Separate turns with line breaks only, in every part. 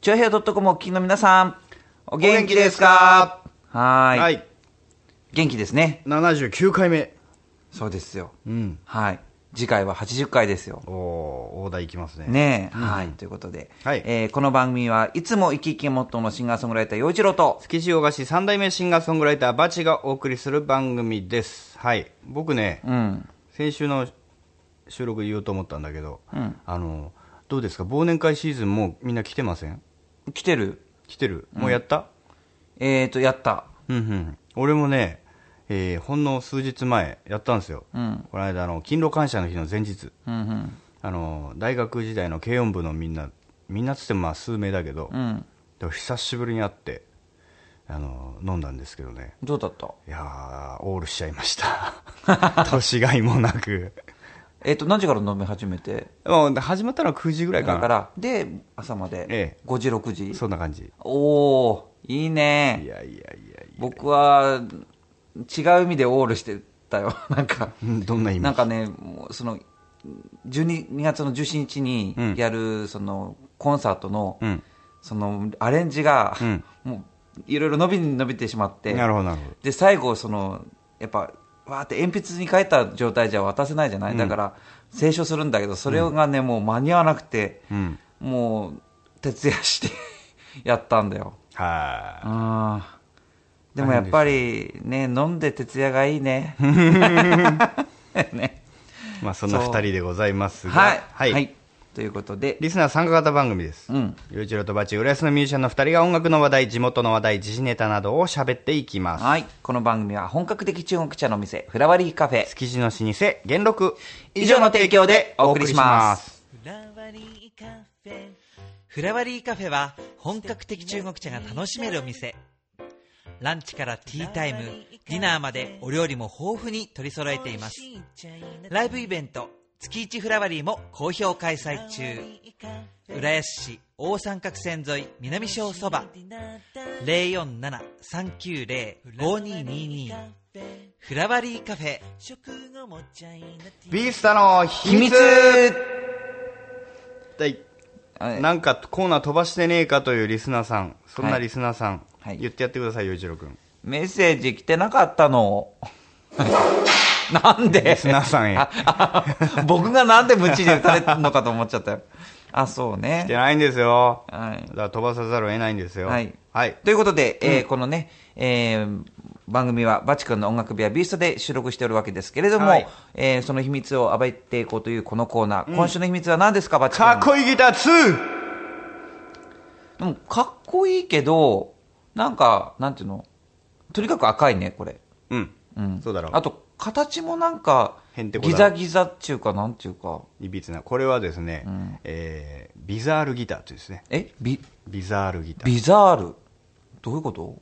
ちょいへい .com お聞きの皆さん、お元気です
か
かはーい,、
はい。
元気ですね。
79回目。
そうですよ。
うん。
はい。次回は80回ですよ。
おお大台いきますね。
ねえ、はい。ということで、
はい
えーこの番組はいつも生き生きモットーのシンガーソングライター、陽一郎と、
築地大菓子3代目シンガーソングライター、バチがお送りする番組です。はい。僕ね、
うん。
先週の収録で言おうと思ったんだけど、
うん
あの、どうですか忘年会シーズンもうみんな来てません
来てる。
来てるもうやった、
えーと、やった。
うん、うん俺もね、えーほんの数日前やったんですよ。
うん。
この間、あの、勤労感謝の日の前日。
うん、
あの大学時代の軽音部のみんなみんなっつってもまあ数名だけど、
うん。うん。
でも久しぶりに会ってあの飲んだんですけどね
どうだった
いやーオールしちゃいました 年がいもなく
えーと、何時から飲み始めて
もう始まったのは9時ぐらいか
だ
な
から、で、朝まで、
え
5時、6時。
そんな感じ
おー、いいね。
いやいやいやいや
僕は違う意味でオールしてたよ なんか
うんどんな意味
なんかねもうその12 2月の17日に
うん
やるそのコンサートの,、
うん
そのアレンジが、
うん
もういろいろ伸びに伸びてしまって
なるほどなるほど
で最後そのやっぱわーって鉛筆に書いた状態じゃ渡せないじゃない、だから清書するんだけどそれがね、もう間に合わなくて、
うん
もう徹夜して やったんだよ
は
あーでもやっぱりね飲んで徹夜がいいねね
いまあそんな2人でございます が
はい、
はい、
ということで
リスナー参加型番組です
うん
ゆういちろとバチ、浦安のミュージシャンの2人が音楽の話題、地元の話題、時事ネタなどを喋っていきます。
はいこの番組は本格的中国茶の店フラワリーカフェ
築地の老舗、元禄。
以上の提供でお送りします。
フラワリーカフェフラワリーカフェは本格的中国茶が楽しめるお店ランチからティータイムディナーまでお料理も豊富に取り揃えていますライブイベント月一フラワリーも好評開催中浦安市大三角線沿い南小そば047-390-5222フラワリーカフェ
ビースタの秘
秘密
密はい
はい
なんかコーナー飛ばしてねえかというリスナーさん、そんなリスナーさん、
はい
言ってやってください、ゆういちろくん。
メッセージ来てなかったの なんで
リスナーさんへ
ああ 僕がなんで無知で打たれるのかと思っちゃったよあそうね
してないんですよ。
はい
だから飛ばさざるを得ないんですよ。
はい
はい。
ということで、えーこのね、えー番組はバチ君の音楽部屋ビーストで収録しておるわけですけれども、
はい
えーその秘密を暴いていこうというこのコーナー、今週の秘密は何ですか、バチ君
かっこいいギター 2!
でもかっこいいけど、なんか、なんていうの、とにかく赤いね、これ。
うん。
うん、
そうだろう
あと、形もなんか、
へんてこだ
ギザギザっていうか、なんていうか、
いびつな。これはですね、
ん
えー、ビザールギターというですね。
えビ
ビザールギター。
ビザール、どういうこと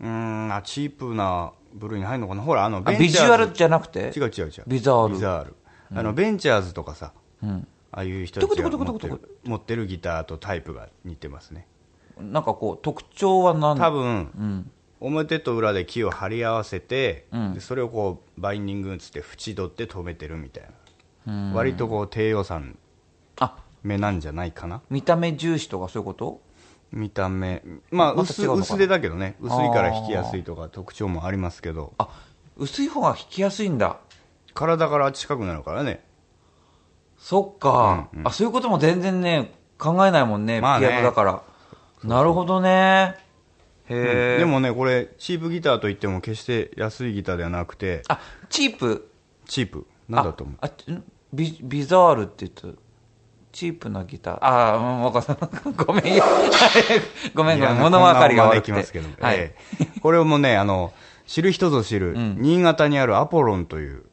うーんあチープな部類に入るのかなほらあの
あ
ベン
ビ
チ
ジ
ャーズ
ュアルじゃなくて
違う違う違う
ビザール。
ビザールあのベンチャーズとかさ
うん
ああいう人たちが
トコト
持
コ
っ
ト
て
コトコ
る持ってるギターとタイプが似てますね
なんかこう、特徴は何
多分、
うん。
表と裏で木を貼り合わせて、
うん
でそれをこうバインディングっつって縁取って留めてるみたいな、割とこう低予算
あ
目なんじゃないかな
見た目重視とかそういうこと
見た目まあ
また
薄,、
違うのかな
薄手だけどね薄いから弾きやすいとか特徴もありますけど
あ薄い方が弾きやすいんだ
体から近くなるからね
そっか、
うんうん
あそういうことも全然ね考えないもんね,、
まあね
ピアノだからなるほどねへえ、
でもねこれチープギターといっても決して安いギターではなくて
あチープ
チープなんだと思う
ああんビビザールって言ったチープなギターああもう分かん ないごめんごめんごめん物分かりが悪くて
いやこんなもんまでいきますけど、
はい、
ええこれもねあの知る人ぞ知る、新潟にあるアポロンという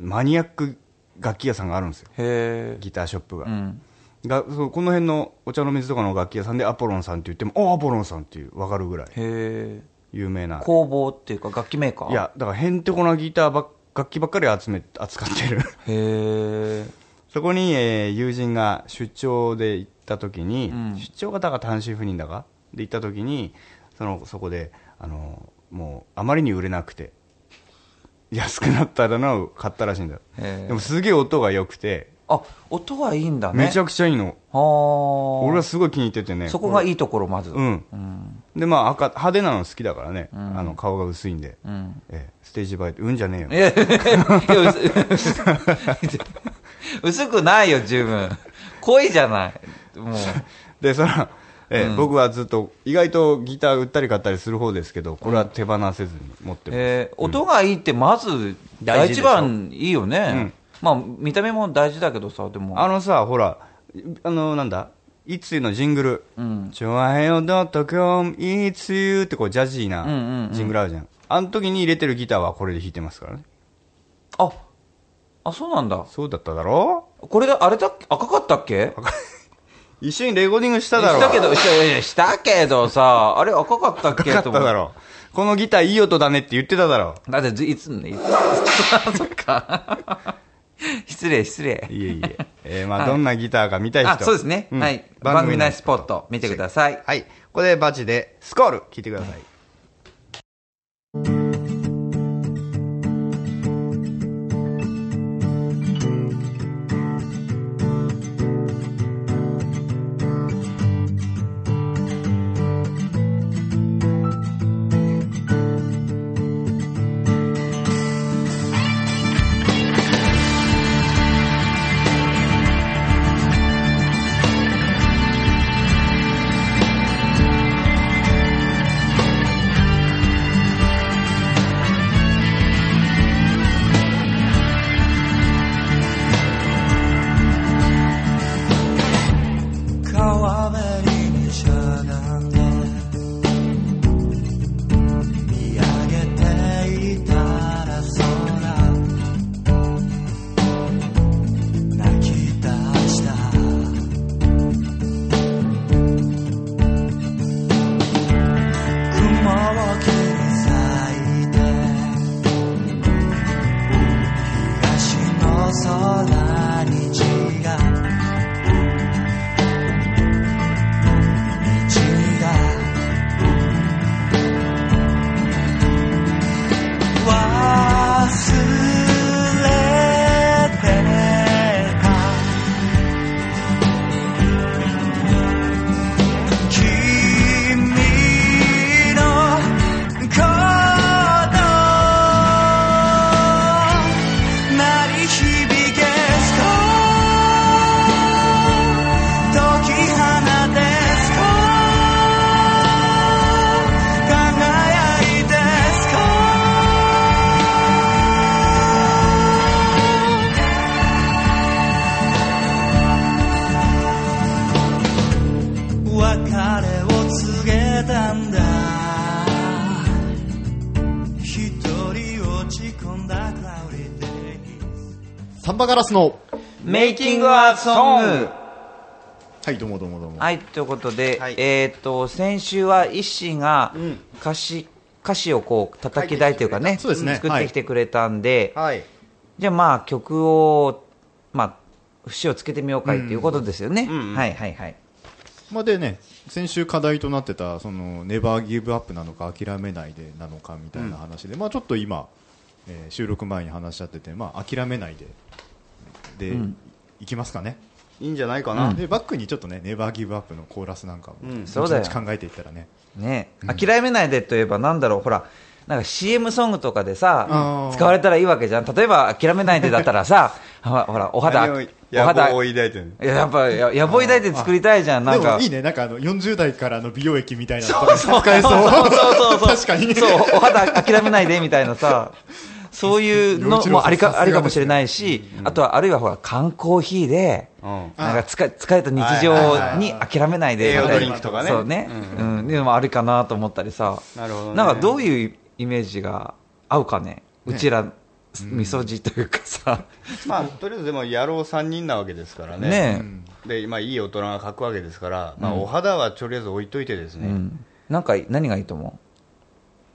マニアック楽器屋さんがあるんですよ
へえ
ギターショップが,、
うん
がそうこの辺のお茶の水とかの楽器屋さんでアポロンさんって言ってもおアポロンさんっていう分かるぐらい
へえ
有名な
工房っていうか楽器メーカー
いやだからへんてこなギターばっ楽器ばっかり集め扱ってる
へえ
そこに、えー友人が出張で行った時に、出張がだか単身赴任だかで行った時にそのそこであのもうあまりに売れなくて安くなったらのを買ったらしいんだよ
へえ
でもすげえ音が良くて
あ音はいいんだね
めちゃ
くち
くちゃいいの。
ゃ俺
俺はすごい気に入っててね。
そこがいいところまず
うん
うん
で、まあ、赤、派手なの好きだからね。あの、顔が薄いんで。
うん
ええステージ映えって、うんじゃねえよ。
え薄 薄くないよ十分濃いじゃないもう
で、その、ええ僕はずっと、意外とギター売ったり買ったりする方ですけど、これは手放せずに持ってます。
えー音がいいってまず第
大
一
事でしょ
番いいよね
ん、
まあ見た目も大事だけどさでも
あのさ、ほら、あの、なんだ、いつゆのジングル、
うん
ちょわへよ .com、いつゆってこう、ジャジー
うんうんう
なんジングルあるじゃん。あの時に入れてるギターはこれで弾いてますからね。
ああそうなんだ
そうだっただろ
これであれだっけ赤かったっけ
一緒にレコーディングしただ
し
ろ
たけどしたいやいやしたけど さあれ赤かったっけ
かった
と思
だろこのギターいい音だねって言ってただろ
だってずいつね いつそっか 失礼失礼
いえいえ。えーまあ、
はい
どんなギターか見たい人。
あそうですね
ん
はい番組内スポット見てください
はい。ここでバチで、スコール聞いてください。
川べりにしゃがんで見上げていたら空泣き出した雲を切り裂いて東の空に血が道が忘れてた君のこと鳴り響けす解き放てすか輝く輝いてすか別れを告げたんだ一人落ち込んだ Cloudy Days
サンバガラスの、
メイキングアソング
はい、どうもどうもどうも。
はいということで、
はい
えっ、と先週は医師が
ん
歌詞、歌詞をこう叩き台というかね
そうですね
作ってきてくれたんで、
はい。
じゃあまあ曲をまあ節をつけてみようかいっていうことですよね、はいはいはい
まあでね、先週課題となってた、その、ネバーギブアップなのか、諦めないでなのかみたいな話で、まあちょっと今、えー収録前に話し合ってて、まあ諦めないで、で、いきますかね。
いいんじゃないかな。
で、バックにちょっとね、ネバーギブアップのコーラスなんかも、
ん
そうだよ
後々考えていったらね。
ね、諦めないでといえばなんだろうほらなんか CM ソングとかでさ
あー
使われたらいいわけじゃん例えば諦めないでだったらさほらほらお肌
何を
お肌
野望を抱いてる
いややっぱや野望抱いて作りたいじゃんな
で
んか
もいいね、なんかあの、40代からの美容液みたいなの
そうそう
使えそ う。
そうそうそう
確かに。
そうお肌諦めないでみたいなさそういうのもありかありかもしれないし、あとはあるいはほら缶コーヒーで、
うん
なんかつか疲れた日常に諦めないで
はいはいはい
みた
栄養ドリン
いな
クとかね
そうね、うんでもあるかなと思ったりさ
なるほどね
んかどういうイメージが合うかねうちら、みそじというかさ、
まあ、とりあえずでも、野郎3人なわけですからね。
ねえ、
で、今、いい大人が書くわけですから、まあ、お肌はとりあえず置いといてです
う
ね。
んなんか何がいいと思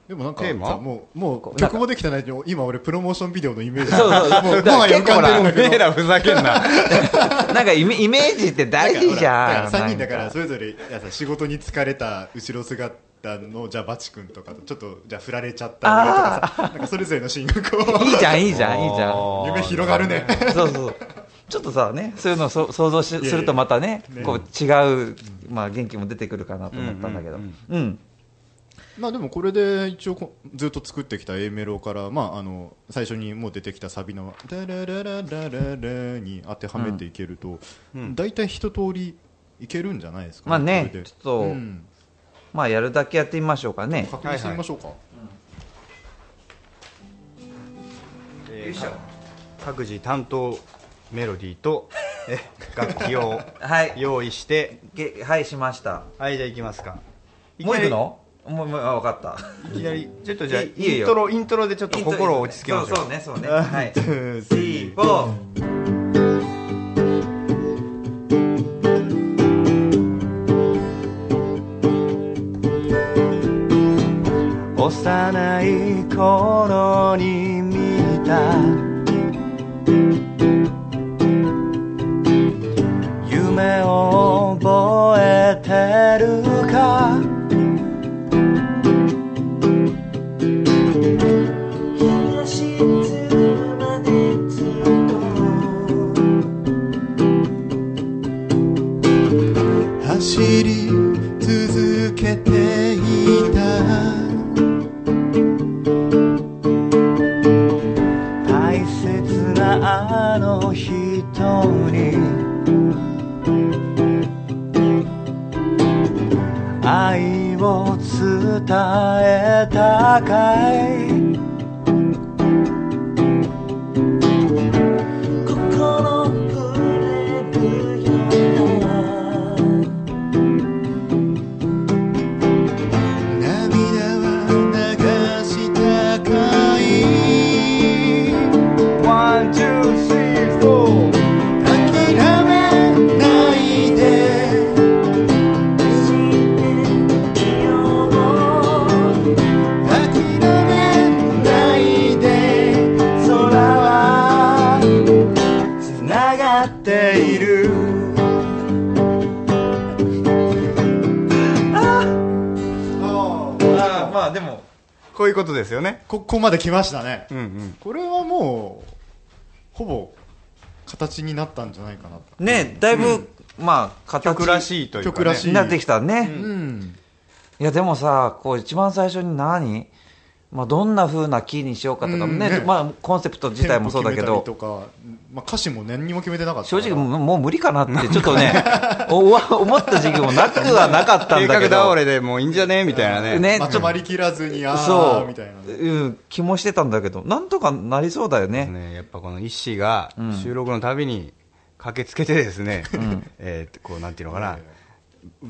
でもなんか
テーマ
さもうも
こ
う
うなんか
曲もできてないのに今俺プロモーションビデオのイメージ
そうそう
もうもはや浮かんでるんだけ
てめえ
ど
らふざけんな。
うなんかイメイメージって大事じゃん
3人だか
なん
らそれぞれいやさ仕事に疲れた後ろ姿のじゃあバチ君とかとちょっとじゃあ振られちゃった俺とかさなんかそれぞれの進学を
いいじゃんいいじゃんいいじゃん
あー
夢広がるね
そうそう。ちょっとさねそういうのをそ想像し
いや
するとまたねこう違う、まあ、元気も出てくるかなと思ったんだけどうん
まあでもこれで一応こずっと作ってきた A メロから、まあ、あの最初にもう出てきたサビの「ラララララララ」に当てはめていけると、大体一通りいけるんじゃないですか、
まあね
これで
ちょっと
うん
まあやるだけやってみましょうかね
確認してみましょうか、
えー各自担当メロディーとえ楽器 を
はい
用意して
げはいしました
はいじゃあいきますか
もう行く
いきなり
のもうもうあ分かった
いきなりちょっとじゃあ
いいいい
イン
よ
トロイントロでちょっと心を落ち着けましょ
そ
う
うそうねそうねはい
two, three,
4
幼い頃に見た夢を覚えてるか
走り続けていた
大切なあの人に愛を伝えたかい
「涙は流したかい」
One, two, three, four.
「諦めないで」「諦めないで」「空はつながっている」
まあまあでも
こういうことですよね。
ここまで来ましたね、
うんうん。
これはもうほぼ形になったんじゃないかなと
ねだいぶまあ形
曲らしいというか、ね。
曲らしい
になってきたね
うん
いやでもさこう一番最初に何、まあ、どんな風なキーにしようかとかね,、
うんね
まあ、コンセプト自体もそうだけど
テンポ決めたりとか、まあ、歌詞も何にも決めてなかった
正
から
直もうもう無理かなってちょっとねおわ思った時期もなくはなかったん
計
だ
画
け
倒
ど
れでもういいんじゃねみたいなね。
ね
まとまりきらずにあ
そ
あ
う
みたいなね
うん、気もしてたんだけどなんとかなりそうだよね
ねやっぱこの一師が収録のたびに駆けつけてですね、 えーこうなんていうのかな、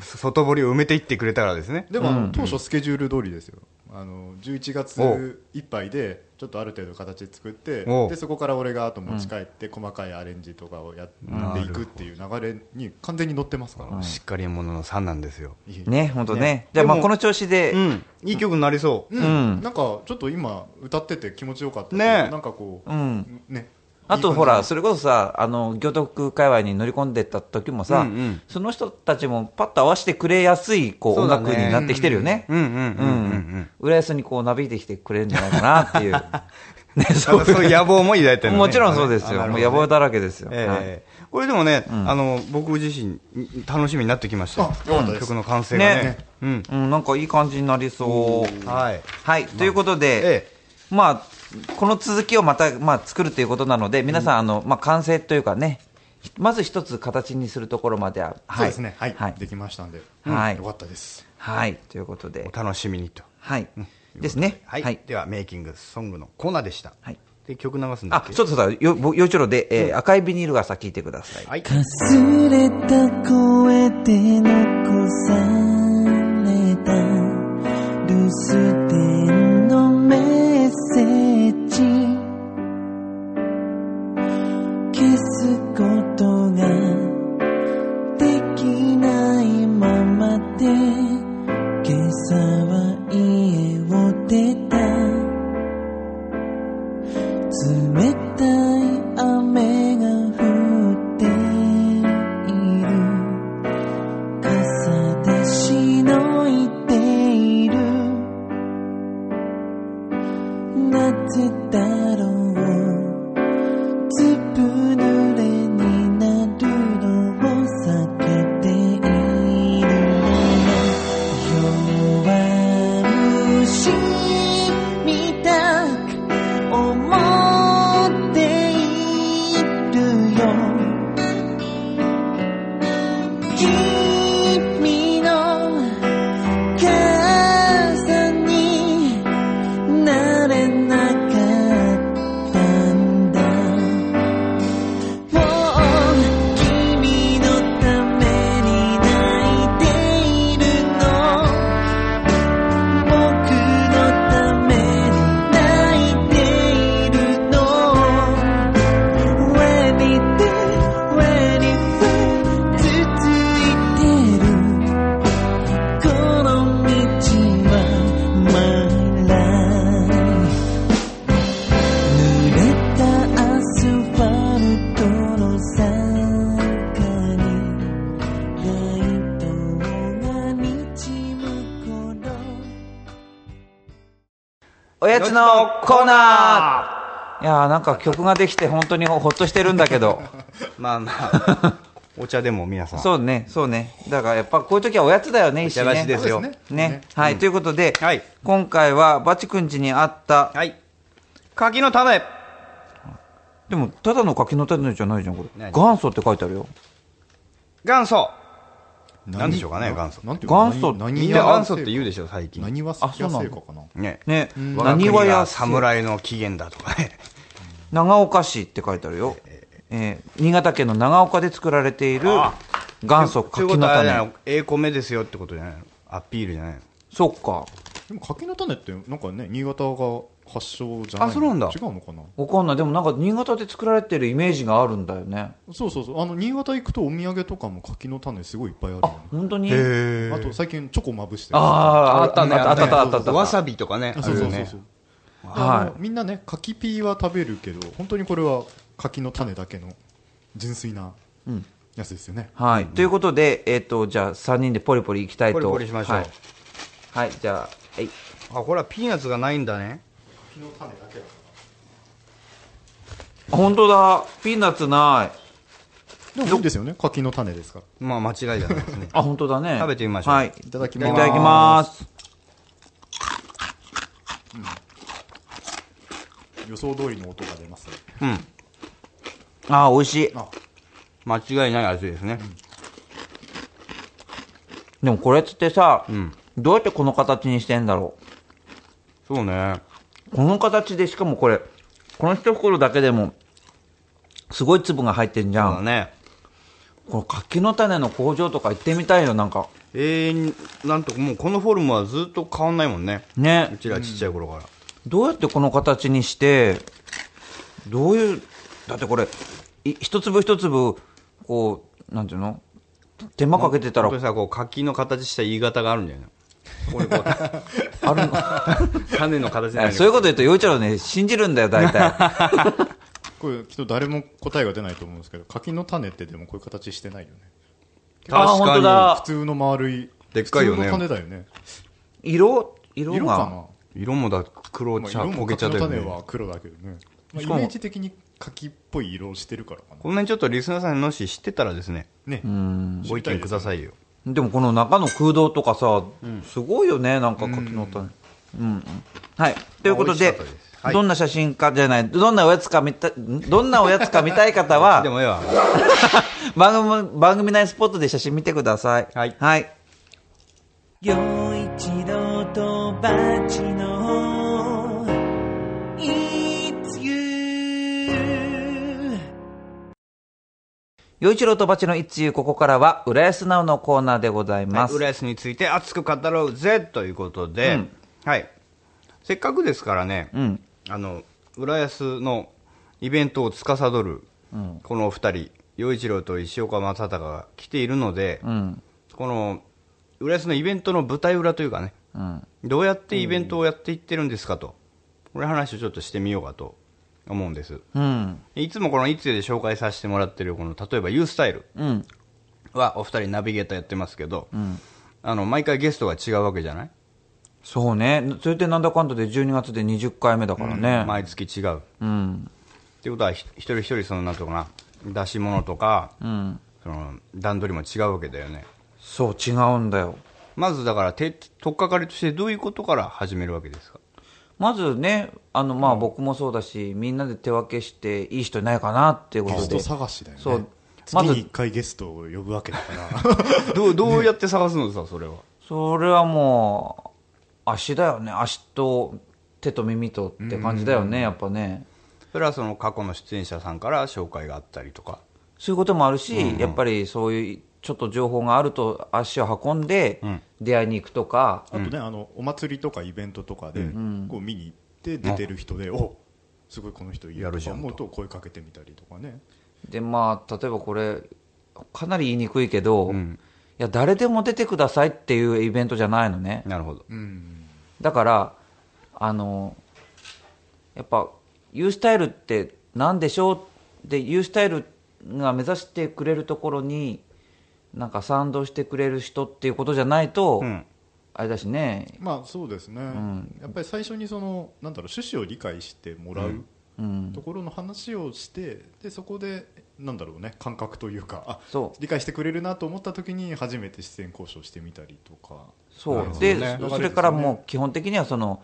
外堀を埋めていってくれたからですね。
でもあの、当初スケジュール通りですよあの11月いっぱいでちょっとある程度形作って
おう
でそこから俺があと持ち帰って細かいアレンジとかをやっていくっていう流れに完全に乗ってますから、
しっかり者の3なんですよ。
いい
ね本当ねじ
で
ゃあ
も
まあこの調子で、
うん、いい曲になりそう。
うんなんかちょっと今歌ってて気持ちよかったし
ねえ
なんかこう、
うん
ね
あとほ
い
ら
い感
それこそさあの行徳界隈に乗り込んでった時もさ、
うんうん
その人たちもパッと合わせてくれやすいこう
そう
音
だね
楽になってきてるよね、
うんうん
う
うんうんうん。
ん、浦安にこうなびいてきてくれるんじゃないかなって いう、ね、
ただそういう野望も抱いてるのね。
もちろんそうですよ、
あなる
もう
ほどね
野望だらけですよ、はい
ええこれでもね、あの僕自身楽しみになってきましたよ
あよかったです
曲の完成がね
ね
うん
うん、なんかいい感じになりそう。
はい
はい、ということで、
え
まあ、この続きをまた、まあ、作るということなので、皆さん、あのまあ、完成というかね、ひまず一つ形にするところまでは、
そう
は
ですねはい、
はい
できましたんで、
はい
よかったです
はいということで
お、楽しみにと
はい、ですね。
はい、ではメイキングソングのコーナーでした、
はい
で曲流すんだっ
あ
け、
ちょっとさ、よ、ぼよいちょろで、えー赤いビニール傘聞いてください。
はい
かすれた声で残された留守電のメッセージ消すことができないままで今朝は家を出た冷たい雨が降っている傘
おやつのコーナーいやーなんか曲ができて本当にほほっとしてるんだけど。
まあまあ、 お茶でも皆さん。
そうね、そうね。だからやっぱこういう時はおやつだよね、一緒
お茶
ね。
菓子ですよ
ね。はい、ということで、
はい
今回はバチくん家にあった、
はい。柿の種。
でもただの柿の種じゃないじゃん、これ。
何
元祖って書いてあるよ。
元祖。
何
なんでしょうかね元祖
なんていう
元祖
何
い
みん
何
な
や
元祖って言うでしょ、最近。
何は
あそうなの
成果かな
ね。
ね、
我が国
何はや
が侍の起源だとかね。
長岡市って書いてあるよ。えー新潟県の長岡で作られている
あ
元祖
とい
柿
うこ
の
とはあれじゃな
種
い。ええ米ですよってことじゃないのアピールじゃないの
そっか。
でも柿の種ってなんかね新潟が発祥じゃない
あ
の
そうなんだ
違うのかな
わかんない。でもなんか新潟で作られてるイメージがあるんだよね。
そうそうそうあの新潟行くとお土産とかも柿の種すごいいっぱいある
あ
よ、
本当に
あと最近チョコまぶしてる
ああー、あったね。あったあったあったあった。
わさびとかね。
あそうそう
ある
そう
よ
そう
ね。、
はい
あのみんなね柿ピーは食べるけど本当にこれは柿の種だけの純粋なやつですよね、
はい、ということで、えっ、と、じゃあ、3人でポリポリいきたいと。
ポリポリしましょう
はい。はいじゃあ、はい。
あ、これはピーナッツがないんだね。
柿の種だけだ
あ本当だ。ピーナッツない。。
でもいいんですよね柿の種ですから
まあ間違いじゃないですね
あ、本当だね。
食べてみましょう
はい。
いただき
い
ます
ただきます。
予想通りの音が出ます
うん。
あ、美味しい。
あ
間違いない味ですね。
でもこれってさ、
ん
どうやってこの形にしてんだろ
そうね。
う。この形で、しかもこれ、この一袋だけでも、すごい粒が入ってんじゃ
そうだ
ん。
ね。
この柿の種の工場とか行ってみたいよ、なんか。
永遠に、なんともうこのフォルムはずっと変わんないもんね。う
ね。
ちらちっちゃい頃から。
どうやってこの形にして、どういう、だってこれ、い一粒一粒、こう、なんていうの手間かけてたら
本当、にさ、こう柿の形した言い方があるんだよね。これこう
あるの
種の形じゃない
あそういうこと言うと、陽一郎ね、信じるんだよ、大 体。
これきっと誰も答えが出ないと思うんですけど柿の種ってでもこういう形してないよね
あ
確
本
か
当
に。
だ
普通の丸い
でっかいよね
普通の種だよね
色、色が。
色か
色もだ、黒
な、まあ、
茶、
色
焦
も
げ
柿
茶
の
だよ
種
ね。
は黒だけどね、まあ、
し
イ
かも
メージ的に柿っぽい色をしてるからかな
こんなにちょっとリスナーさんのし知ってたらですね、
ね
ご意見くださいよ。
でもこの中の空洞とかさ、すごいよね、なんか柿の種。うんうんはい。ということ
美
で
味しかったですはい
どんな写真かじゃない、どんなおやつか見た、んどんなおやつか見たい方は、
でもええわ。
番組、番組内スポットで写真見てください。
はい
はい。
陽一郎とバチの It's you
洋一郎とバチの一遊、ここからは、浦安なおのコーナーでござい
は
ま
い、
す。
浦安について熱く語ろうぜということで、
うん
はい、せっかくですからね、
うん。
あの浦安のイベントを司るこのお二人、陽一郎と石岡正隆が来ているので、
うん。
この浦安のイベントの舞台裏というかね、
うん。
どうやってイベントをやっていってるんですかと、これ話をちょっとしてみようかと思うんです。
うん。
いつもこのいつで紹介させてもらってるこの例えばユースタイル、
うん。
はお二人ナビゲーターやってますけど、
ん
あの毎回ゲストが違うわけじゃない、
そうね。それでなんだかんだで12月で20回目だからね。
毎月違うっ
うん。
てことはひ一人一人そのなんとかな出し物とか、
うん。
その段取りも違うわけだよね
そう、違うんだよ。
まずだから手取っかかりとしてどういうことから始めるわけですか
まずね、あの、まあ僕もそうだし、みんなで手分けしていい人いないかなっていうこ
ゲ
と
ス
で
ト。探しだよね
そうま
月
ず
に1回ゲストを呼ぶわけだから
どうどうやって探すのさそれは
それはもう、足だよね。足と手と耳とって感じだよね、やっぱね。
それはその過去の出演者さんから紹介があったりとか
そういうこともあるし、やっぱりそういうちょっと情報があると足を運んで
ん
出会いに行くとか、
あとね、あのお祭りとかイベントとかで、こう見に行って出てる人で、おすごいこの人い
やる
ると
じ
か
ゃんと
思うと声かけてみたりとかね
でまあ例えばこれかなり言いにくいけど、いや誰でも出てくださいっていうイベントじゃないのね
なるほど、
だからあのやっぱユースタイルって何でしょうでユースタイルが目指してくれるところになんか賛同してくれる人っていうことじゃないと、
ん
あれだしね、
まあそうですね、
ん
やっぱり最初にそのなんだろう趣旨を理解してもらう
うん
と、ころの話をしてでそこでなんだろうね感覚というかあ
そう
理解してくれるなと思った時に初めて出演交渉してみたりとか
そ
なる
う
ほど
で,、
ね
それからもう基本的にはその、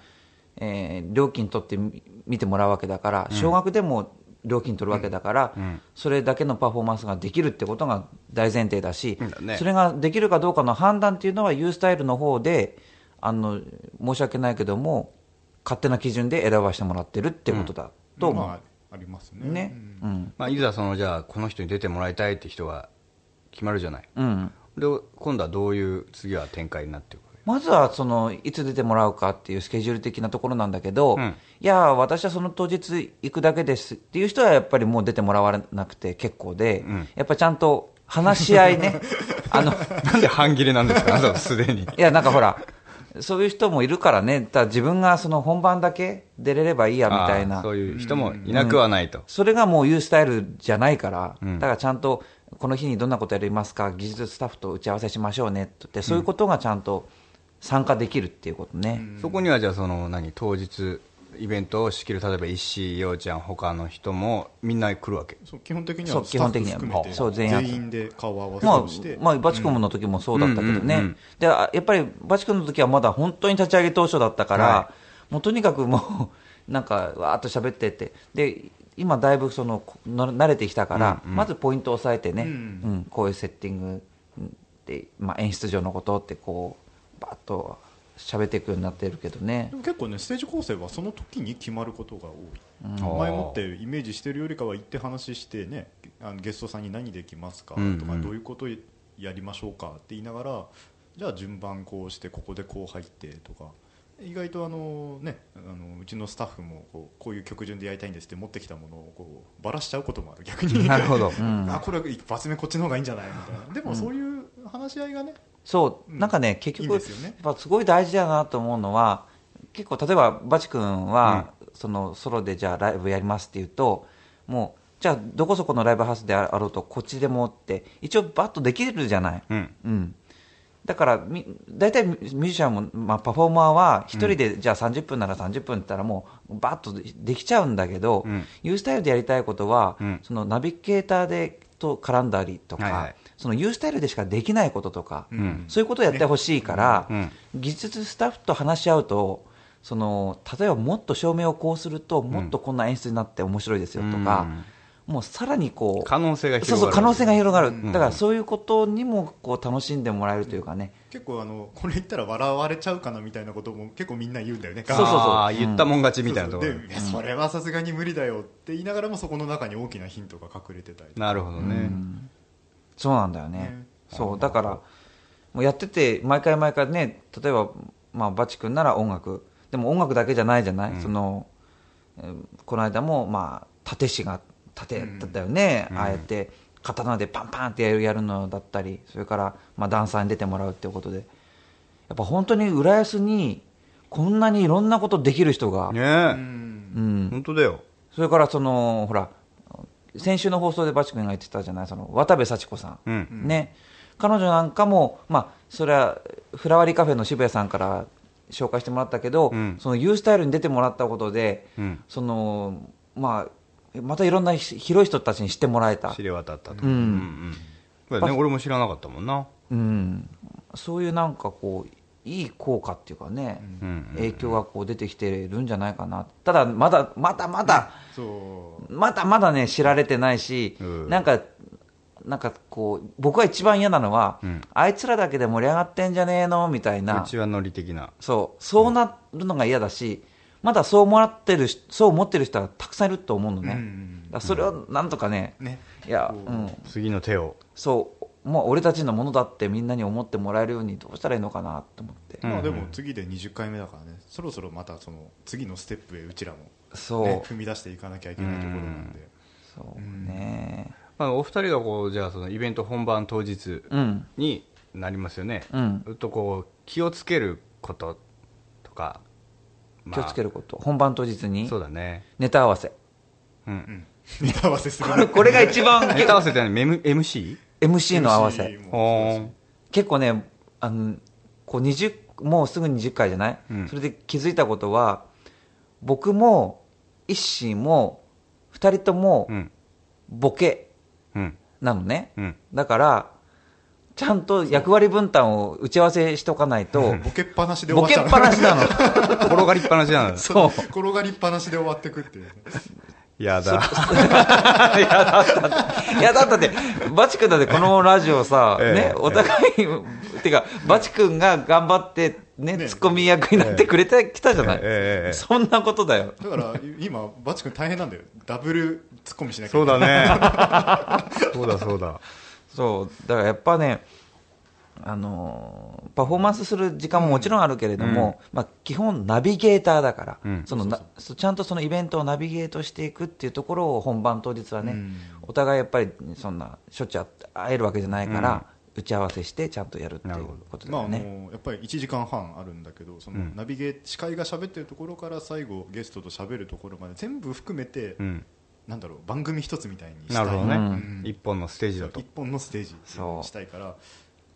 えー料金取ってみ見てもらうわけだから少額でも料金取るわけだから、
うん
それだけのパフォーマンスができるってことが大前提だし、
うんね
それができるかどうかの判断っていうのはユースタイルの方であの申し訳ないけども勝手な基準で選ばせてもらってるってことだと思う、
まあ、ありますね
ね、うん
まあ、いざそのじゃあこの人に出てもらいたいって人が決まるじゃない
うん、
で今度はどういう次は展開になっていくわ
まずはそのいつ出てもらうかっていうスケジュール的なところなんだけど、
うん
いや、私はその当日行くだけですっていう人はやっぱりもう出てもらわなくて結構で、
ん
やっぱちゃんと話し合い ね、あの
けなんで半切れなんですかあなたすでに
いや、なんかほら、そういう人もいるからね、ただ自分がその本番だけ出れればいいやみたい
あ
な
ー、そういう人もいなくはないと、
それがもういうスタイルじゃないから、
うん
だからちゃんとこの日にどんなことやりますか、技術スタッフと打ち合わせしましょうねってって、そういうことがちゃんと参加できるっていうことね。
そこにはじゃあその何当日イベントを仕切る例えば石井陽ちゃん他の人もみんな来るわけ
そう基本的に
そう
はス
基
タ
本
ッ
的
フ
には
含めて
そう全員
全員で顔を合わせ
ま
をして、
あ、まあ、バチコムの時もそうだったけどね、
うんうんうんうん
であやっぱりバチコムの時はまだ本当に立ち上げ当初だったから、
は
もうとにかくもう、 なんか、わーっと喋ってって、で今、だいぶそのこな慣れてきたから、
うんうん
まずポイントを押さえてね、う
うんん
こういうセッティングで、まあ、演出上のことって、こう、ばーっと喋っていくようになってるけどね
で。も結構ねステージ構成はその時に決まることが多
ん
い、前もってイメージしてるよりかは行って話してねあのゲストさんに何できますか
うん
とか、
うん
どういうことやりましょうかって言いながらじゃあ順番こうしてここでこう入ってとか意外とあの、ね、あのうちのスタッフもこうこういう曲順でやりたいんですって持ってきたものをこうバラしちゃうこともある逆に
なるほど、
うん
あこれは一発目こっちの方がいいんじゃないみたいなでもそういう話し合いがね、
そう、
うん
なんかね、結
いいん
局、
ですよね
やっぱすごい大事だなと思うのは、結構、例えばバチ君は、そのソロでじゃあライブやりますっていうと、もう、じゃあ、どこそこのライブハウスであろうと、こっちでもって、一応、バッとできるじゃない。
うん
うんだからみ大体ミュージシャンも、まあ、パフォーマーは一人でじゃあ30分なら30分って言ったらもうバッとできちゃうんだけど、
うん
ユースタイルでやりたいことは、
うん
そのナビゲーターでと絡んだりとか、
はいはい
そのユースタイルでしかできないこととか、
ん
そういうことをやってほしいから、
ね
技術スタッフと話し合うとその例えばもっと照明をこうするともっとこんな演出になって面白いですよとか、もうさらにこう
可能性が広が
そうそう
る
可能性が広がる、
ん
だからそういうことにもこう楽しんでもらえるというかね、
結構あのこれ言ったら笑われちゃうかなみたいなことも結構みんな言うんだよね
そうそうそう
あー言ったもん勝ちみたいなところ、
そうそうでいやそれはさすがに無理だよって言いながらもそこの中に大きなヒントが隠れてたりとか
なるほどね、
そうなんだよね、
ね
そうだからもうやってて毎回毎回ね例えば、まあ、バチ君なら音楽でも音楽だけじゃないじゃない、そのえーこの間も、まあ、殺陣師が殺陣だったよね、ああやって刀でパンパンってやるやるのだったりそれから、まあ、ダンサーに出てもらうっていうことでやっぱ本当に浦安にこんなにいろんなことできる人が、
ね
う
え、
ん
うん、
本当だよ
それからそのほら先週の放送でバチ君が言ってたじゃないその渡部幸子さん、
うん
ね彼女なんかもまあそれはフラワリーカフェの渋谷さんから紹介してもらったけど、
うん
そのユースタイルに出てもらったことで、
うん
そのまあまたいろんなひ広い人たちに知ってもらえた
知、れ渡ったと、
うん
うんそうだね、俺も知らなかったもんな、
うん、そういうなんかこういい効果っていうかね、
うんうん
影響がこう出てきてるんじゃないかなただまだまだまだ、
そ
まだまだね、知られてないし、
うん
なんか、なんかこう、僕が一番嫌なのは、
うん
あいつらだけで盛り上がってんじゃねえのみたいうな、
ちはノリ的な
そう、そうなるのが嫌だし、まだそう思ってるし、そう思ってる人はたくさんいると思うの
う、
ね。
うん
だからそれをなんとかね、
ね
いや、う、
こうん
次の手を
そう、もう俺たちのものだってみんなに思ってもらえるようにどうしたらいいのかなと思って。
まあでも次で20回目だからねそろそろまたその次のステップへうちらも、ね、
そう、
踏み出していかなきゃいけないところなんで
そうね。
まあ、お二人がこうじゃあそのイベント本番当日
うん、
になりますよね、
うん
ずっとこう気をつけることとか、
気をつける
る
こと、本番当日に
そうだね、
ネタ合わせ。
うん、
ネタ合わせす る
これこれが一番
ネタ合わせって何 M- MC?
MC の合わせ
MC も
ほーん
結構ねあのこう20もうすぐ20回じゃない、
うん
それで気づいたことは、僕も、一心も、二人とも
う、ん
ボケ
うん
なのね。
うん
だから、ちゃんと役割分担を打ち合わせしておかないと、
ボケっぱなしで終
ボ
わっ
ケ
ちゃう
っぱ なしなの。
転がりっぱなしなんだ
そう。
転がりっぱなしで終わってくっていう
やだ
いや、だったって、バチ君だってこのラジオさ、
ええ
ね、お互い、てか、バチ君が頑張って、ね、ツッコミ役になってくれてきたじゃない、
ええええ
そんなことだよ。
だから今バチ君大変なんだよダブルツッコミしなきゃ
そうだねそうだそうだ
そう、だからやっぱね、あのーパフォーマンスする時間ももちろんあるけれども、まあ、基本、ナビゲーターだから、
うん
そのなそうちゃんとそのイベントをナビゲートしていくっていうところを本番当日はね、
うん
お互いやっぱりそんなしょっちゅう会えるわけじゃないから、打ち合わせしてちゃんとやるっていうことだ
まあ
よ
あ
ね。
のやっぱり1時間半あるんだけどその
うん
ナビゲー、司会が喋ってるところから最後ゲストと喋るところまで全部含めて、
うん
なんだろう番組一つみたいにした
ないるほどね、
うん
一本のステージだと
一本のステージ
そう
したいから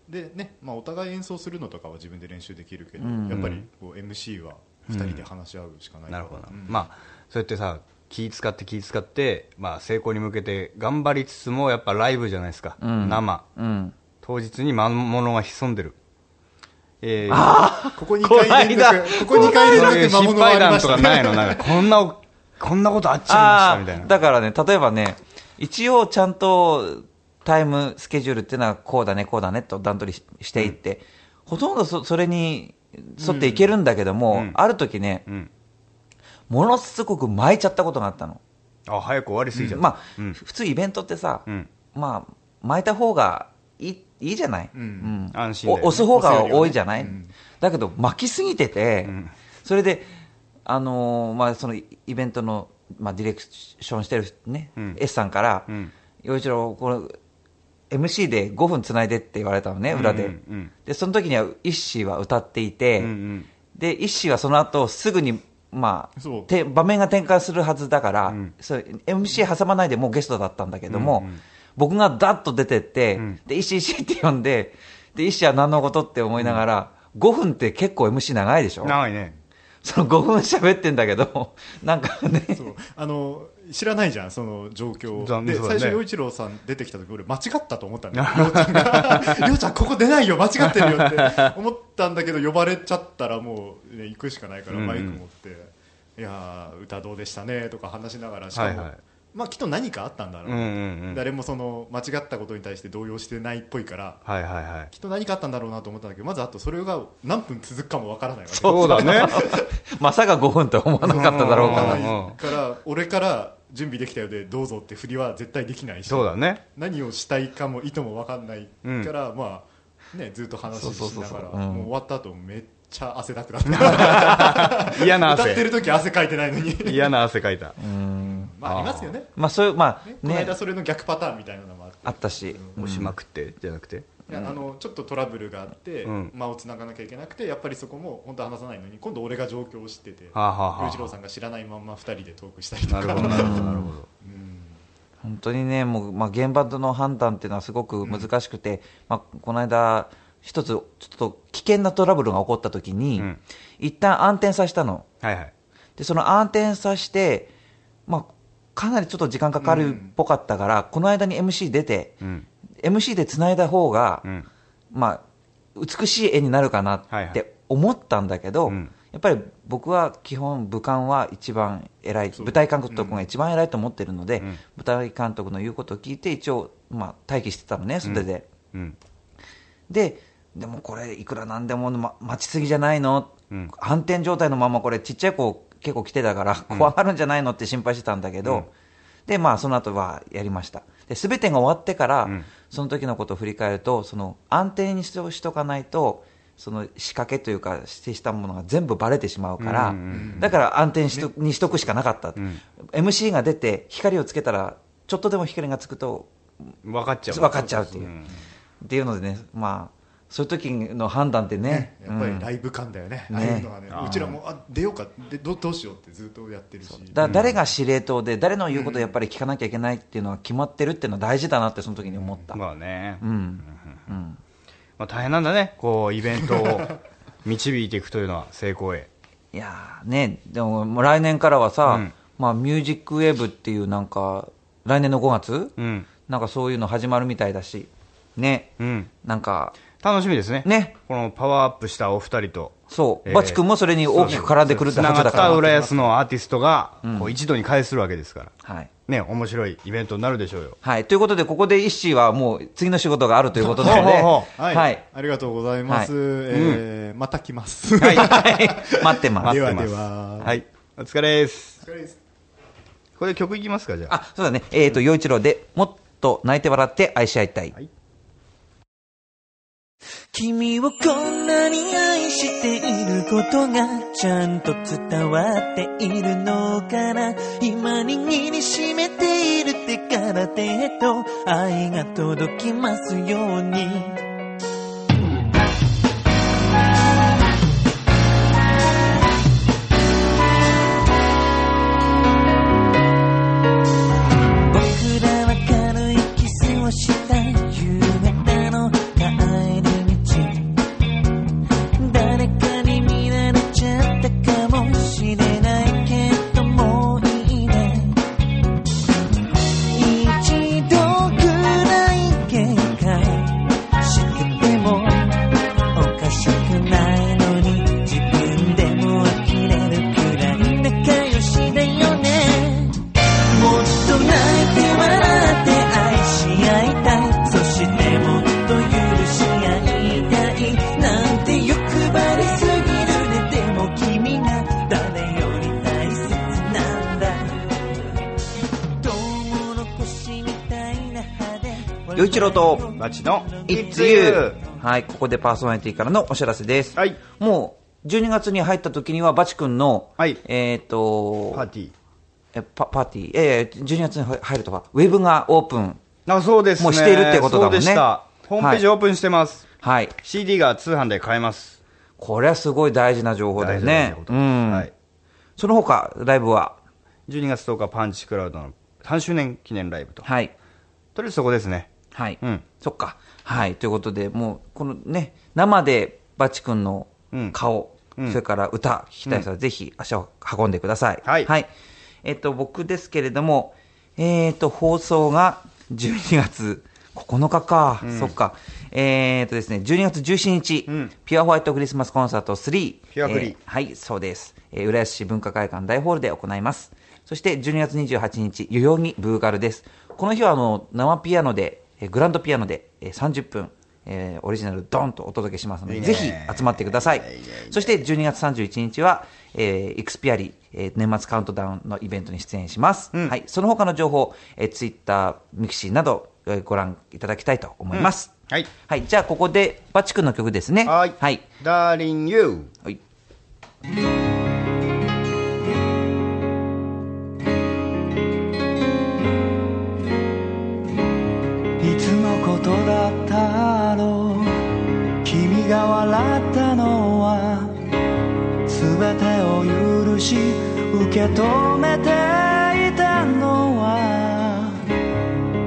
で、ねまあ、お互い演奏するのとかは自分で練習できるけど、
うん
やっぱりこう MC は2人で話し合うしかないか
な
ら、
るほどな、
うん
まあそうやってさ気使って気使って、まあ、成功に向けて頑張りつつもやっぱライブじゃないですか、
うん
生
うん
当日に魔物が潜んでるえー
ここ2回連
こないだ
続ここ2回
そうい
連
う
続魔
失
物があ
敗
りま
談
し
とか
たね
ない のなんかこんなこんなことあっちゃ
あ
いましたみたい
ー
な
だからね、例えばね、一応ちゃんとタイムスケジュールっていうのはこうだね、こうだねと段取りししていって、ほとんどそそれに沿っていけるんだけども、
うん
ある時ね、
うん、
ものすごく巻いちゃったことがあったの。
あ早く終わりすぎちゃった、
まあ、
うん
普通イベントってさ、
うん
まあ、巻いた方がいいいいじゃない、
うん
うん
安心だよね
お押す方が多いじゃない、
押すよりはね
だけど巻きすぎてて、
うん
それで、あのーまあ、そのイイベントの、まあ、ディレクションしてる、ね
うん
S さんから
うん
「陽、一郎これ MC で5分つないで」って言われたのね裏で、
うんうん
でその時にはイッシーは歌っていて、
うんうん
でイッシーはその後すぐにまあ
そう
て場面が転換するはずだから、
ん
それ MC 挟まないでもうゲストだったんだけども、
うんうん
僕がダッと出てって、
ん
でイッシーイッシーって呼んででイッシーは何のことって思いながら、5分って結構 MC 長いでしょ
長いね
その5分喋ってんだけどなんかね
そうあの知らないじゃん、その状況
残
を
念
で
そうだね
最初、陽一郎さん出てきた時俺、間違ったと 思ったんだよ、陽ちゃんが陽ちゃん、ここ出ないよ、間違ってるよって思ったんだけど、呼ばれちゃったらもう、ね、行くしかないから、
うんうん
マイク持って、いやー、歌どうでしたねとか話しながら、しかも、
はいはい
まあ、きっと何かあったんだろ
う
う、
んうんうん
誰もその間違ったことに対して動揺してないっぽいから、
はいはいはい
きっと何かあったんだろうなと思ったんだけど、まずあと、それが何分続くかもわからないわけ
そうだね
まさか5分とは思わなかっただろうか
ん
ら
んうん
から俺から準備できたようでどうぞって振りは絶対できないし
そうだね
何をしたいかも意図も分かんないから、まあね、ずっと話し
そうそう
し
そう
な
そ
が
う
ら
うん
もう終わった後めっちゃ汗だくだっ た
嫌な
歌って
汗
る時汗かいてないのに
嫌な汗かいた
うん
まあありますよね
まあそういうま
ね
あ
この
ね
間それの逆パターンみたいなのもあって
あったし、
押しまくってじゃなくて
いやあのちょっとトラブルがあって、
うん
間をつながなきゃいけなくてやっぱりそこも本当は話さないのに今度俺が状況を知ってて
はあはあはあ
裕次郎さんが知らないまんま2人でトークしたりと
な
か
るほどなるほどなるほど
本当にね、もう、まあ、現場の判断っていうのはすごく難しくて、まあ、この間、一つ、ちょっと危険なトラブルが起こった時に、
うん
一旦暗転させたの。
はいはい
で、その暗転させて、まあ、かなりちょっと時間かかるっぽかったから、この間に MC 出て、
うん
MC で繋いだ方が、
うん
まあ、美しい絵になるかな
はいは
っ
い
て思ったんだけど、
うん
やっぱり僕は基本、武漢は一番偉い、
そう
舞台監督が一番偉いと思ってるので、
ん
舞台監督の言うことを聞いて、一応、まあ、待機してたのね、それで。
うん
で、でもこれ、いくらなんでも、ま、待ちすぎじゃないの、
うん
反転状態のまま、これ、ちっちゃい子、結構来てたから、怖がるんじゃないのって心配してたんだけど、で、まあ、その後はやりました。で、すべてが終わってから、
うん
その時のことを振り返ると、その、安定にしとしとかないと、その仕掛けというか、してしたものが全部ばれてしまうから、
うんうんう
だから安定しと、にしとくしかなかった、MC が出て、光をつけたら、ちょっとでも光がつくと、
分かっちゃう
分かっちゃうっていう。
ん
っていうのでね、まあ、そういう時の判断ってね、
やっぱ
う
り
ん
ライブ感だよね、
ね
ああいうのはね
あー
うちらもあ出ようかでどどうしようってずっとやってるし
だ誰が司令塔で、誰の言うことをやっぱり聞かなきゃいけないっていうのは決まってるっていうのは大事だなって、その時に思った。
まあね、
うん。うん。
まあ、大変なんだねこうイベントを 導いていくというのは成功へ。
いやーね、でももう来年からはさ、
うん
まあ、ミュージックウェーブっていうなんか、来年の5月、
うん。
なんかそういうの始まるみたいだし、ね、
うん。
なんか、
楽しみですね。
ね。
このパワーアップしたお二人と、
そう、
えー
バチ君もそれに大きく絡んでくるっ
つ
て
な
話
が
だ
っ
から
た。浦安のアーティストが、
うん
こう一度に返するわけですから。
はい。
ね、面白いイベントになるでしょうよ。
はい。ということで、ここで一ーはもう次の仕事があるということなので、
ほうほうほう
はい、
はい。
ありがとうございます、
は
えーまた来ます、
はい。
待ってます。
待
で
っ
は
てます
では
はい。お疲れです。
疲れです
これ曲いきますか、じゃあ。
あ、そうだね。えっ、と、洋一郎で、もっと泣いて笑って愛し合いたい。
はい
君をこんなに愛していることがちゃんと伝わっているのかな今握りしめている手から手へと愛が届きますように僕らは軽いキスをした夕方の帰り道誰かに見られちゃったかもしれないけどもういいね一度ぐらい喧嘩しててもおかしくないのに自分でも呆れるくらい仲良しだよねもっと泣いて笑って愛し合いたいそしてもっと許し合いたいなんて欲張りすぎるねでも君が誰より大切なんだトウモロコシみたいな歯で
洋一郎と
バチの
It's You! はい、ここでパーソナリティからのお知らせです。
はい
もう、12月に入った時には、バチ君の、
はい
えっ、と
パーティー。
えパ、パーティー、えー、12月に入るとか、ウェブがオープン、
あ、そうですね。
もうしているってことだもんね
そうでした。ホームページオープンしてます。
はい、
CD が通販で買えます。
これはすごい大事な情報だよね。
大事なこと
う
です
ん、
はい。
その他、ライブは、
12月10日パンチクラウドの3周年記念ライブと。
はい、
とりあえずそこですね。
はい、
うん
そっか、はい、ということで、もう、このね、生でバチ君の
うん
顔、
うん
それから歌、聞きたい人はぜひ足を運んでください。
はい
えっ、と、僕ですけれども、えっ、と、放送が12月9日か、そっか、えっ、とですね、12月17日、
ん
ピュアホワイトクリスマスコンサート3、
ピュアフリー
えはい、そうです。えー浦安市文化会館大ホールで行います。そして12月28日、代々木ブーガルです。この日はあの生ピアノで、えーグランドピアノで、えー30分、えーオリジナルドンとお届けしますので、
いいね
ぜひ集まってください。そして12月31日は、えー、イクスピアリ、えー年末カウントダウンのイベントに出演します。
ん
はい、その他の情報、えー、ツイッター、ミクシーなど、えーご覧いただきたいと思います。
うんはい
はい、じゃあここでバチ君の曲ですね。
はい。
はい。
ダーリンユー。
はい
いつのことだったろう君が笑ったのは全てを許し受け止めていたのは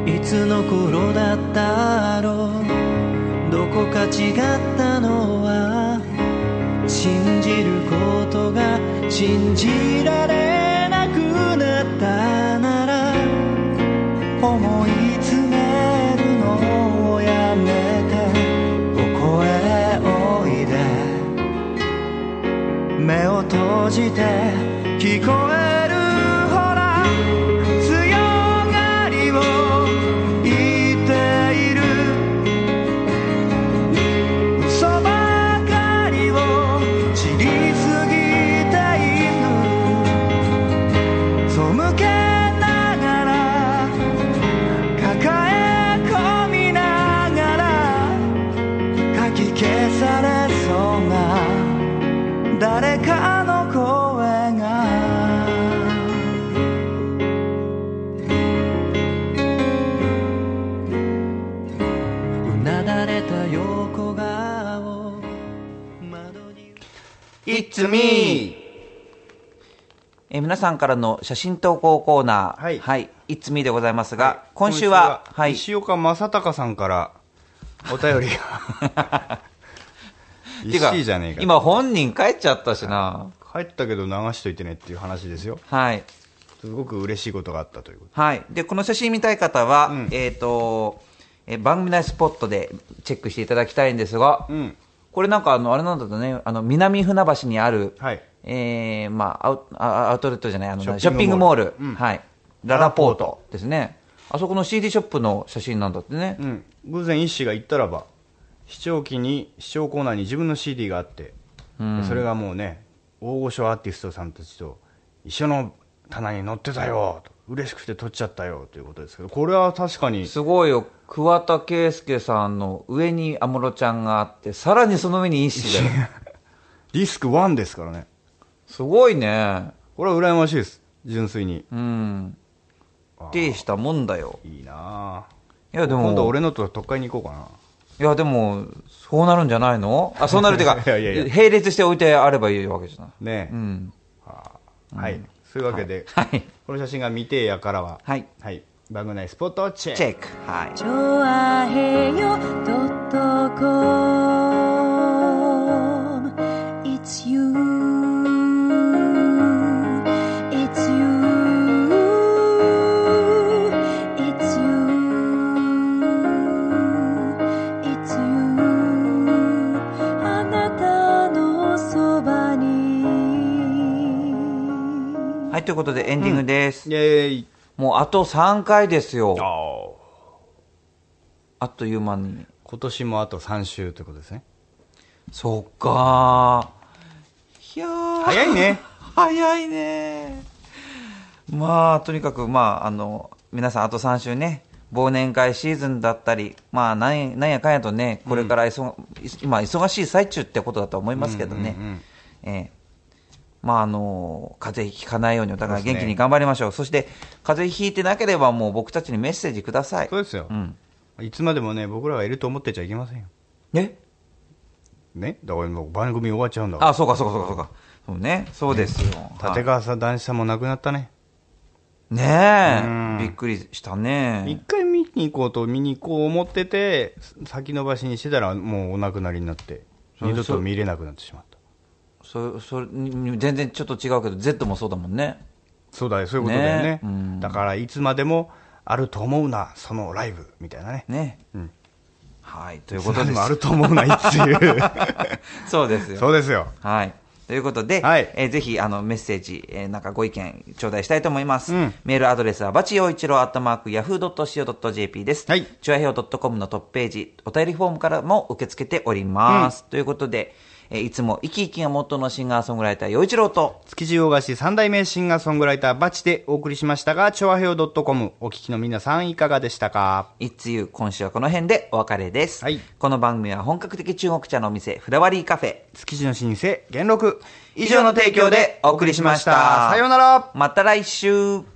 いつの頃だったろうどこか違ったのは信じることが信じられなくなったなら思い詰めるのをやめてお声おいで目を閉じて聞こえるほら強がりを言っている嘘ばかりを知りすぎている背けながら抱え込みながらかき消されそうな誰かの声がうなだれた横顔窓に
It's me!
えー皆さんからの写真投稿コーナー、
はい
いつみでございますが、今週は、はい、
西岡正隆さんからお便りが
てか
一位じゃねえか
今本人帰っちゃったしな。
帰ったけど流しといてねっていう話ですよ
はい。
すごく嬉しいことがあったということ
はい。で、この写真見たい方は、
うん
えっ、と、えー番組内スポットでチェックしていただきたいんですが、
うん
これなんかあの、あれなんだとね、あの、南船橋にある、
はい
えーまあ、アウあアウトレットじゃない、あの、
シ
シ
ョッピング
ョッピングモール、
モールうん
はい。ララポートですね。あそこの CD ショップの写真なんだってね。
うん、偶然一師が行ったらば視聴器に視聴コーナーに自分の CD があって、でそれがもうね大御所アーティストさんたちと一緒の棚に載ってたよと嬉しくて撮っちゃったよということですけどこれは確かに
すごいよ。桑田佳祐さんの上に安室ちゃんがあって、さらにその上に石だよ。
リスク1ですからね
すごいね。
これは羨ましいです純粋に
うん。てしたもんだよ。
いいなあ
いや、でも。
今度俺のと特会に行こうかない
や、でも、そうなるんじゃないのあ、そうなるっていうか
いやいやいや
並列して置いてあればいいわけじゃない。
ねえ
うん。
はい、そういうわけで、
はい。
この写真が見てやからは
はい、
はい、番組内スポットチェック
チェック。はい。
ちょあへよ .com It's you It's you It's you It's you あなたのそばに
はい、ということでエンディングです。
イェーイ
もうあと3回です
あ
よ。あ
ー
っという間に。
今年もあと3週ということですね
そっかー。いやー
早いね。
早いねー。まあ、とにかく、まあ、あの、皆さんあと3週ね、忘年会シーズンだったり、まあ、なんなんやかんやとね、これから忙、今、忙しい最中ってことだと思いますけどね。
うんうん
ええまああの風邪ひかないようにお互い
そうで
元
すね
気に頑張りましょうそして風邪ひいてなければもう僕たちにメッセージください
そうですよ、
うん
いつまでもね僕らがいると思ってちゃいけませんよ
え
ねだからもう番組終わっちゃうんだか
あそうかそうかそうかそうかそうねそうですよ、
ら立川さん男子さんも亡くなったねうん
ねえびっくりした
一
ね
回見に行こうと見に行こう思ってて先延ばしにしてたらもうお亡くなりになって
そう
二度と見れなくなってしまった
そそれに全然ちょっと違うけど Z もそうだもんね
そうだよそういうことだよね
ねうん
だからいつまでもあると思うなそのライブみたいなね
ね、
うん
はいと
と
い
いうう
こ
ことと
で
ですもあると思うなっ ていう
そうですよ
そうですよ
はい。ということで、
はい
えーぜひあのメッセージ、えーなんかご意見頂戴したいと思います。
うん
メールアドレスはバチ陽一郎アットマークヤフー .co.jp です。
はい
チュアヘオ .com のトップページ、お便りフォームからも受け付けております。ということで、えーいつも生き生きが元のシンガーソングライター陽一郎と、
築地大菓子三代目シンガーソングライターバチでお送りしましたが、調和表 .com お聞きの皆さんいかがでしたか
いつゆ今週はこの辺でお別れです。
はい
この番組は本格的中国茶のお店、フラワリーカフェ。
築地の新生元禄
以上の提供でお送りしました。
さようなら
また来週。